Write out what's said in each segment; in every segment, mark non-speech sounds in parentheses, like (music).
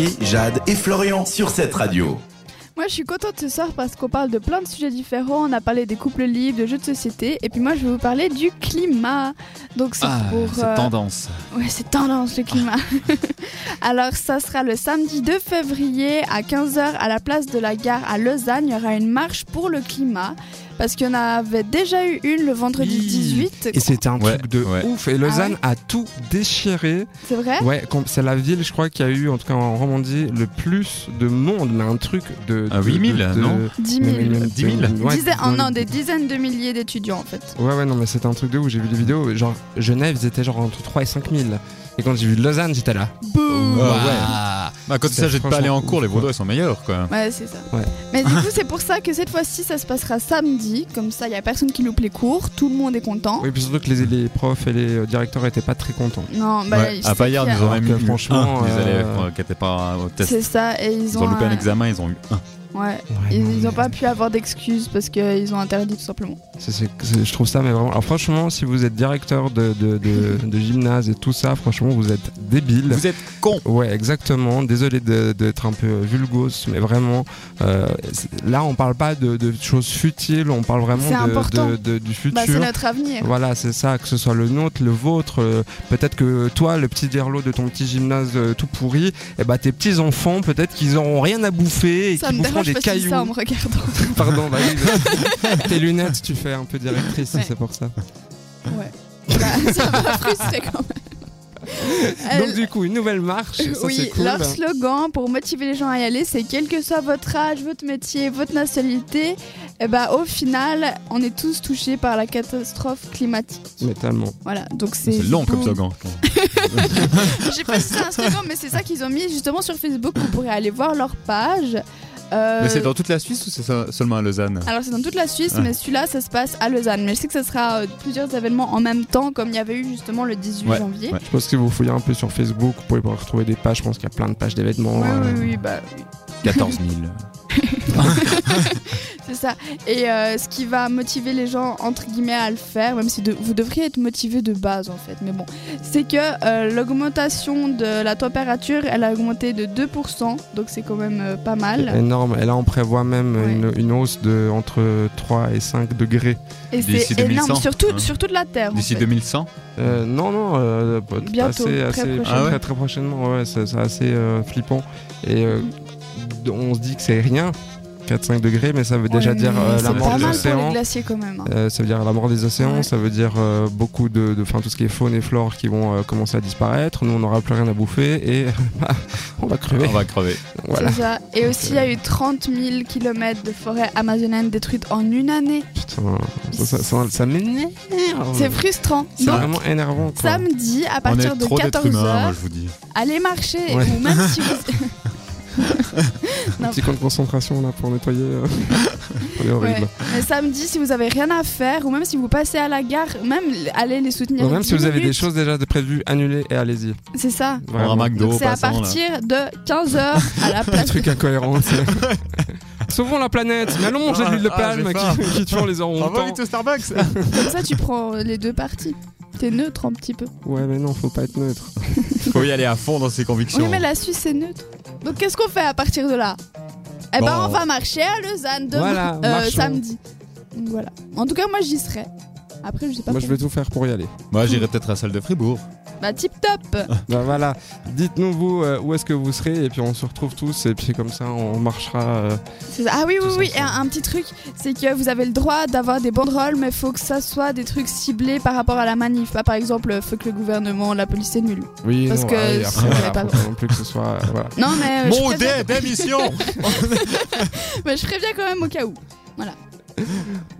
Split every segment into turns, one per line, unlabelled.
Laurie, Jade et Florian sur cette radio.
Moi, je suis contente ce soir parce qu'on parle de plein de sujets différents. On a parlé des couples libres, de jeux de société. Et puis moi, je vais vous parler du climat. Donc, c'est
Ah,
pour.
cette
euh,
tendance.
Ouais, c'est tendance le climat.
Ah.
(laughs) Alors, ça sera le samedi 2 février à 15h à la place de la gare à Lausanne. Il y aura une marche pour le climat. Parce qu'il y en avait déjà eu une le vendredi
Oui.
18.
Et c'était un
Ouais,
truc de
ouais.
ouf. Et Lausanne
Ah
a tout déchiré.
C'est vrai
Ouais, com- c'est la ville, je crois, qui a eu, en tout cas en Romandie, le plus de monde. Mais un truc de.
Ah,
de-
8 000,
de- de-
non
10
mais-
000.
mais- mais-
10 000?
mais- ouais,
Dizaines- oh
dans-
non, des dizaines de milliers d'étudiants en fait.
Ouais, ouais, non, mais c'était un truc de ouf. J'ai vu des vidéos. Genre, Genève, ils étaient genre entre 3 et 5 000. Et quand j'ai vu Lausanne, j'étais là.
Boum
Oh, ouais.
Ah. Bah, quand il
C'est
s'agit de pas
franchement
aller en cours,
ouf,
les
quoi.
Vaudois sont meilleurs, quoi.
Ouais, c'est ça.
Ouais.
Mais
(laughs)
du coup, c'est pour ça que cette fois-ci, ça se passera samedi. Comme ça, il n'y a personne qui loupe les cours, tout le monde est content.
Oui, puis surtout que les, les profs et les euh, directeurs étaient pas très contents.
Non, bah,
Ouais,
je
à
sais
Payard,
qu'il y a-
ils ont
Alors
même
que
eu
franchement,
un, les
euh,
élèves euh, qui n'étaient pas au test.
C'est ça, et ils
Ils
ont,
ont loupé un
un-
examen, ils ont eu un.
Ouais,
Ah,
ils n'ont pas pu avoir d'excuses parce qu'ils ont interdit tout simplement.
Ça, c'est- c'est- je trouve ça, mais vraiment. Alors, franchement, si vous êtes directeur de, de, de-
(laughs)
de gymnase et tout ça, franchement, vous êtes débile.
Vous êtes con
Ouais, exactement. Désolé de- d'être un peu vulgos, mais vraiment, euh, c'est- là, on parle pas de, de choses futiles, on parle vraiment
C'est
de-
important.
de- de- du futur.
Bah, c'est notre avenir.
Voilà, c'est ça, que ce soit le nôtre, le vôtre, euh, peut-être que toi, le petit derlot de ton petit gymnase euh, tout pourri, eh ben, tes petits enfants, peut-être qu'ils auront rien à bouffer et
Ça
qu'ils
me
boufferont
dérange
des
parce que
cailloux.
ça en me regardant.
(laughs) Pardon, bah oui, mais-
(laughs)
tes lunettes, tu fais un peu directrice,
Ouais.
c'est pour ça.
Bah, ça m'a frustré quand même.
Donc
Elle-
du coup, une nouvelle marche, ça c'est
Euh, oui,
cool.
leur slogan pour motiver les gens à y aller, c'est quel que soit votre âge, votre métier, votre nationalité, eh ben, au final, on est tous touchés par la catastrophe climatique.
Mais tellement.
Voilà, donc c'est.
C'est Euh, long comme
boum.
slogan.
J'ai pas cité un slogan, mais c'est ça qu'ils ont mis justement sur Facebook. Vous pourrez aller voir leur page. Euh,
Mais c'est dans toute la Suisse ou c'est ça- seulement à Lausanne
Alors c'est dans toute la Suisse,
Ouais.
mais celui-là, ça se passe à Lausanne. Mais je sais que ça sera euh, plusieurs événements en même temps, comme il y avait eu justement le 18
Ouais,
janvier.
ouais.
Je pense que vous fouillez un peu sur Facebook, vous pouvez pouvoir retrouver des pages, je pense qu'il y a plein de pages d'événements.
Ouais,
euh,
oui, oui, bah, oui,
14 000.
c'est ça. Et euh, ce qui va motiver les gens, entre guillemets, à le faire, même si de- vous devriez être motivé de base, en fait, mais bon, c'est que euh, l'augmentation de la température, elle a augmenté de 2%, donc c'est quand même euh, pas mal.
Énorme. Et là, on prévoit même
Ouais.
une, une hausse de entre 3 et 5 degrés.
Et
D'ici
c'est énorme,
2100,
sur, tout-
hein.
sur toute la Terre. en
D'ici
fait.
2100
Euh, non, non, euh, pas-
Bientôt,
assez,
très
assez-
prochainement.
Ah ouais
très, très prochainement. Ouais, c'est c'est assez euh, flippant. Et euh, d- on se dit que c'est rien, 4-5 degrés, mais ça veut déjà
Mhm. Ouais,
dire
mais
euh,
c'est
la
pas
mort des
mal pour les
océans.
glaciers quand même. hein.
Euh, ça veut dire la mort des océans,
Ouais.
ça veut dire euh, beaucoup de, de- enfin tout ce qui est faune et flore qui vont euh, commencer à disparaître. Nous, on n'aura plus rien à bouffer et (laughs) bah, on va crever.
On va crever.
Voilà.
C'est ça. Et aussi, il y a eu 30 000 km de forêt amazonienne détruite en une année.
bah.
Oh Putain, ça, ça, ça- ça m'énerve.
C'est frustrant.
C'est
Donc,
vraiment énervant. Quoi.
samedi, à
On
partir
est
de
trop d'êtres humains, moi
14h,
je vous dis.
allez marcher.
Ouais.
Ou même si vous...
(laughs) Un petit camp de concentration là pour nettoyer. euh. (laughs) on est
Ouais.
horrible.
Mais samedi, si vous avez rien à faire, ou même si vous passez à la gare, même allez les soutenir.
Ou même
10
si vous avez des
minutes.
choses déjà de prévues, annulez et allez-y.
C'est ça.
On aura un
Vraiment.
McDo
Donc,
au
c'est à
passant, là.
partir de 15h à la place.
Truc incohérent.
(laughs)
c'est- Sauvons la planète, mais allons manger de l'huile de
Ah,
palme
j'ai faim. Ah,
qui, qui tue les orang-outans.
au Starbucks
Comme ça, tu prends les deux parties. T'es neutre un petit peu.
Ouais, mais non, faut pas être neutre.
(laughs) Faut y aller à fond dans ses
Oui,
convictions.
mais la Suisse est neutre. Donc qu'est-ce qu'on fait à partir de là Eh ben,
Bon.
on va marcher à Lausanne demain,
Voilà,
euh,
marchons.
samedi. Donc, voilà. En tout cas, moi j'y serai. Après, je sais pas.
Moi, je
pour-
vais tout faire pour y aller.
Moi j'irai peut-être à la salle de Fribourg.
Bah, tip top.
(laughs) Bah voilà, dites-nous vous euh, où est-ce que vous serez et puis on se retrouve tous et puis comme ça on marchera. euh,
C'est ça. Ah oui, oui,
Tous
oui. Et un,
ensemble.
un petit truc, c'est que vous avez le droit d'avoir des banderoles, mais faut que ça soit des trucs ciblés par rapport à la manif. Pas par exemple, euh, fuck le gouvernement, la police est nulle.
Oui,
Parce
non,
que
ah oui,
ça
après, voilà,
serait pas
faut
bon.
pas non plus que ce soit. euh, voilà.
Non, mais euh, je,
Mon
préviens, (laughs)
dé, (laughs) démission
mais je préviens quand même au cas où.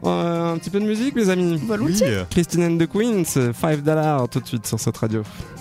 Euh, un petit peu de musique, les amis.
Volontiers.
Oui. euh,
Christine and the Queens, 5 dollars tout de suite sur cette radio.